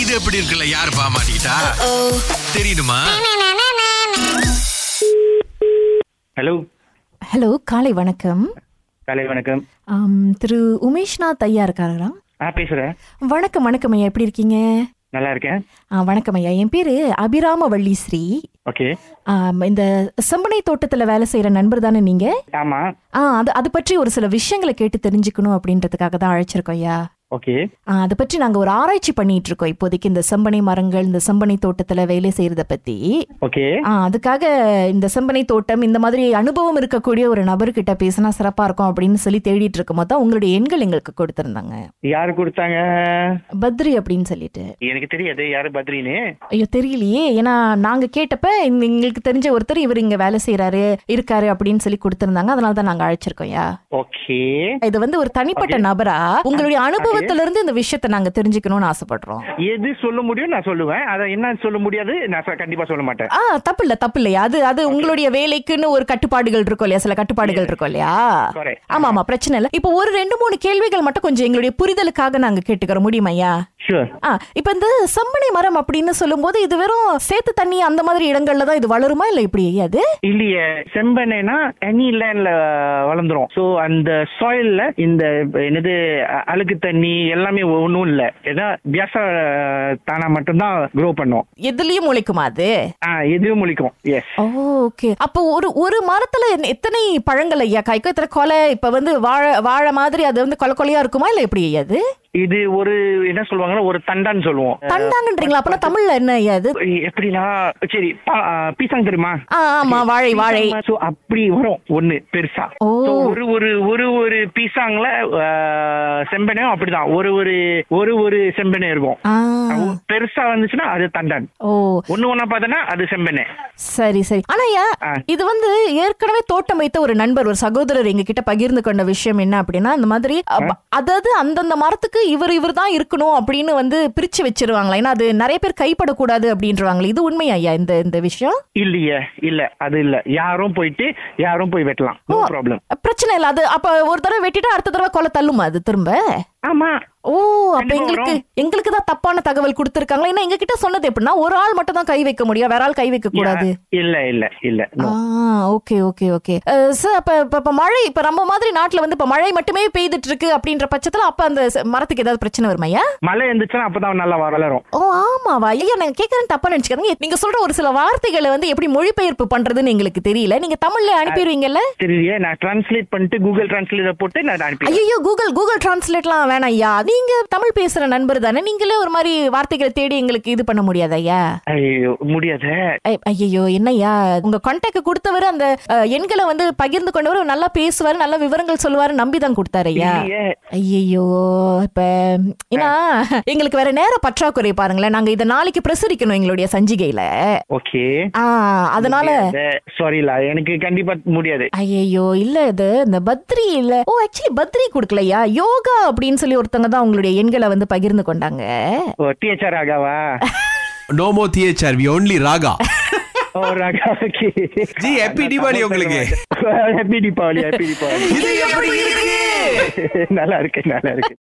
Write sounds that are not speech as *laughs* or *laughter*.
இது எப்படி இருக்குல்ல யாரு பாமாட்டா தெரியுமா ஹலோ ஹலோ காலை வணக்கம் காலை வணக்கம் ஆம், திரு உமேஷ்நாத் ஐயா இருக்காருங்களா ஆ பேசுகிறேன் வணக்கம் வணக்கம் ஐயா எப்படி இருக்கீங்க நல்லா இருக்கேன் ஆ, வணக்கம் ஐயா என் பேரு அபிராமவள்ளி ஸ்ரீ ஓகே ஆம், இந்த செம்பனை தோட்டத்துல வேலை செய்யற நண்பர் தானே நீங்க ஆமாம் ஆ அது அது பற்றி ஒரு சில விஷயங்களை கேட்டு தெரிஞ்சுக்கணும் அப்படின்றதுக்காக தான் அழைச்சிருக்கோம் ஐயா ஓகே ஆ, அதை பற்றி நாங்க ஒரு ஆராய்ச்சி பண்ணிட்டு இருக்கோம் இப்போதைக்கு இந்த செம்பனை மரங்கள் இந்த செம்பனை தோட்டத்துல வேலை செய்யறத பத்தி ஓகே ஆ, அதுக்காக இந்த செம்பனை தோட்டம் இந்த மாதிரி அனுபவம் இருக்கக்கூடிய ஒரு நபர்கிட்ட பேசினா சிறப்பா இருக்கும் அப்படின்னு சொல்லி தேடிட்டு இருக்கும் போது தான் உங்களுடைய எண்கள் எங்களுக்கு கொடுத்திருந்தாங்க யார் கொடுத்தாங்க பத்ரி அப்படின்னு சொல்லிட்டு எனக்கு தெரியாது யார் பத்ரின்னு ஐயோ தெரியலையே ஏன்னா நாங்க கேட்டப்ப இந்த- எங்களுக்கு தெரிஞ்ச ஒருத்தர் இவர் இங்க வேலை செய்யறாரு இருக்காரு அப்படின்னு சொல்லி கொடுத்திருந்தாங்க அதனால தான் நாங்க அழைச்சிருக்கோம்யா ஓகே இது வந்து ஒரு தனிப்பட்ட நபரா உங்களுடைய அனுபவத்துல இருந்து இந்த விஷயத்தை நாங்க தெரிஞ்சுக்கணும்னு ஆசைப்படுறோம் எது சொல்ல முடியும் நான் சொல்லுவேன் அதை என்ன சொல்ல முடியாது நான் சொ- கண்டிப்பா சொல்ல மாட்டேன் ஆ தப்பு இல்ல தப்பு இல்லையா அது அது உங்களுடைய வேலைக்குன்னு ஒரு கட்டுப்பாடுகள் இருக்கும் இல்லையா சில கட்டுப்பாடுகள் இருக்கும் இல்லையா Correct. ஆமா ஆமா பிரச்சனை இல்ல இப்போ ஒரு ரெண்டு மூணு கேள்விகள் மட்டும் கொஞ்சம் எங்களுடைய புரிதலுக்காக நாங்க கேட்டுக்கிறோம் முடியுமாய்யா ஷூர் ஆ இப்போ இந்த சம்பனை மரம் அப்படின்னு சொல்லும்போது இது வெறும் சேத்து தண்ணி அந்த மாதிரி இடங்கள்ல தான் இது வளருமா இல்ல இப்படி ஐயா அது இல்லையே செம்பனைனா எனி லேண்ட்ல வளர்ந்துரும் ஸோ அந்த சாயில்ல இந்த என்னது அ- அழுக்கு தண்ணி எல்லாமே ஒன்றும் இல்லை ஏதோ வியாச தானா மட்டும்தான் க்ரோ பண்ணும் எதுலயும் முளைக்குமா அது ஆ எதுவும் முழிக்கும் எஸ் ஓகே அப்போ ஒரு ஒரு மரத்துல என்- எத்தனை பழங்கள் ஐயா காய்க்கும் எத்தனை கொலை இப்ப வந்து வாழை வாழை மாதிரி அது வந்து கொலை கொலையா இருக்குமா இல்ல எப்படி ஐயா அது இது ஒரு என்ன சொல்லுவாங்கன்னா ஒரு தண்டான்னு சொல்லுவோம் தண்டாங்கன்றீங்களா அப்பனா தமிழ்ல என்ன ஐயா அது எப்படின்னா சரி பா- ஆ, பீசாங் தெரியுமா ஆ ஆமா வாழை வாழை So, அப்படி வரும் ஒண்ணு பெருசா ஓ. So, ஒரு ஒரு ஒரு ஒரு பீசாங்ல ஆ, செம்பனையும் அப்படிதான் ஒரு ஒரு ஒரு ஒரு செம்பனை இருக்கும் ஆ பெருசா வந்துச்சுன்னா அது தண்டன் ஓ ஒண்ணு ஒண்ணா பார்த்தனா அது செம்பனை சரி சரி ஆனா ஐயா ஆ. இது வந்து ஏற்கனவே தோட்டம் வைத்த ஒரு நண்பர் ஒரு சகோதரர் எங்க கிட்ட பகிர்ந்து கொண்ட விஷயம் என்ன அப்படின்னா இந்த மாதிரி அப்ப- அதாவது அந்தந்த மரத்துக்கு இவர் இவர் தான் இருக்கணும் அப்படின்னு வந்து பிரிச்சு வச்சிருவாங்களா ஏன்னா அது நிறைய பேர் கைப்படக்கூடாது அப்படின்றவாங்களே இது உண்மையா ஐயா இந்த இந்த விஷயம் இல்லையே இல்ல அது இல்ல யாரும் போயிட்டு யாரும் போய் வெட்டலாம் நோ ப்ராப்ளம் பிரச்சனை இல்ல அது அப்ப ஒரு தடவை வெட்டிட்டு அடுத்த தடவை கொலை தள்ளுமா அது திரும்ப ஆமா ஓ அப்ப கண்டிப்பா எங்களுக்கு எங்களுக்கு தான் தப்பான தகவல் கொடுத்திருக்காங்களா ஏன்னா எங்க கிட்ட சொன்னது எப்படின்னா ஒரு ஆள் மட்டும் தான் கை வைக்க முடியும் வேற ஆள் கை வைக்க கூடாது இல்ல இல்ல இல்ல ஆ no. Okay okay okay sir அப்ப இப்ப- இப்ப மழை இப்ப நம்ம மாதிரி நாட்டுல வந்து இப்ப மழை மட்டுமே பெய்துட்டு இருக்கு அப்படின்ற பட்சத்துல அப்ப அந்த ச- மரத்துக்கு ஏதாவது பிரச்சனை வருமாய்யா மழை இருந்துச்சுன்னா அப்பதான் நல்லா வளரும் ஓ ஆமாவா ஐயா நான் கேட்கறேன் தப்பா நினைச்சுக்காதீங்க நீங்க சொல்ற ஒரு சில வார்த்தைகளை வந்து எப்படி மொழிபெயர்ப்பு பண்றதுன்னு எங்களுக்கு தெரியல நீங்க தமிழ்ல அனுப்பிடுவீங்கல்ல தெரியலையே நான் டிரான்ஸ்லேட் பண்ணிட்டு கூகுள் டிரான்ஸ்லேட்டர் போட்டு நான் அனுப்பி ஐயோ கூகுள் கூகுள் டிரான்ஸ்லேட்லாம் வேணாம் ஐயா நீங்க தமிழ் பேசுற நண்பர் தானே நீங்களே ஒரு மாதிரி வார்த்தைகளை தேடி எங்களுக்கு இது பண்ண முடியாது ஐயா ஐயோ முடியாதே ஐயோ என்னய்யா உங்க கான்டாக்ட் கொடுத்தவர் அந்த அஹ், எண்களை வந்து பகிர்ந்து கொண்டவர் நல்லா பேசுவாரு நல்ல விவரங்கள் சொல்லுவாரு நம்பி தான் கொடுத்தாரு ஐயா இல்லையே. ஐயோ இப்ப ஏன்னா எங்களுக்கு வேற நேர பற்றாக்குறை பாருங்களேன் நாங்க இதை நாளைக்கு பிரசுரிக்கணும் எங்களுடைய சஞ்சிகையில ஓகே ஆ அதனால சாரிலா எனக்கு கண்டிப்பா முடியாது ஐயோ இல்ல இது இந்த பத்ரி இல்ல ஓ ஆக்சுவலி பத்ரி கொடுக்கலையா யோகா அப்படின்னு சொல்லி ஒருத்தங்க தான் உங்களுடைய எண்களை வந்து பகிர்ந்து கொண்டாங்க டிஹெச்ஆர் ஆகாவா நோ மோ தியேச்சர் வி only ராகா ஓ Raaga okay ji, happy Diwali உங்களுக்கு. *laughs* ஹாப்பி தீபாவளி *laughs* ஹாப்பி தீபாவளி இது எப்படி இருக்கு நல்லா இருக்கு நல்லா இருக்கு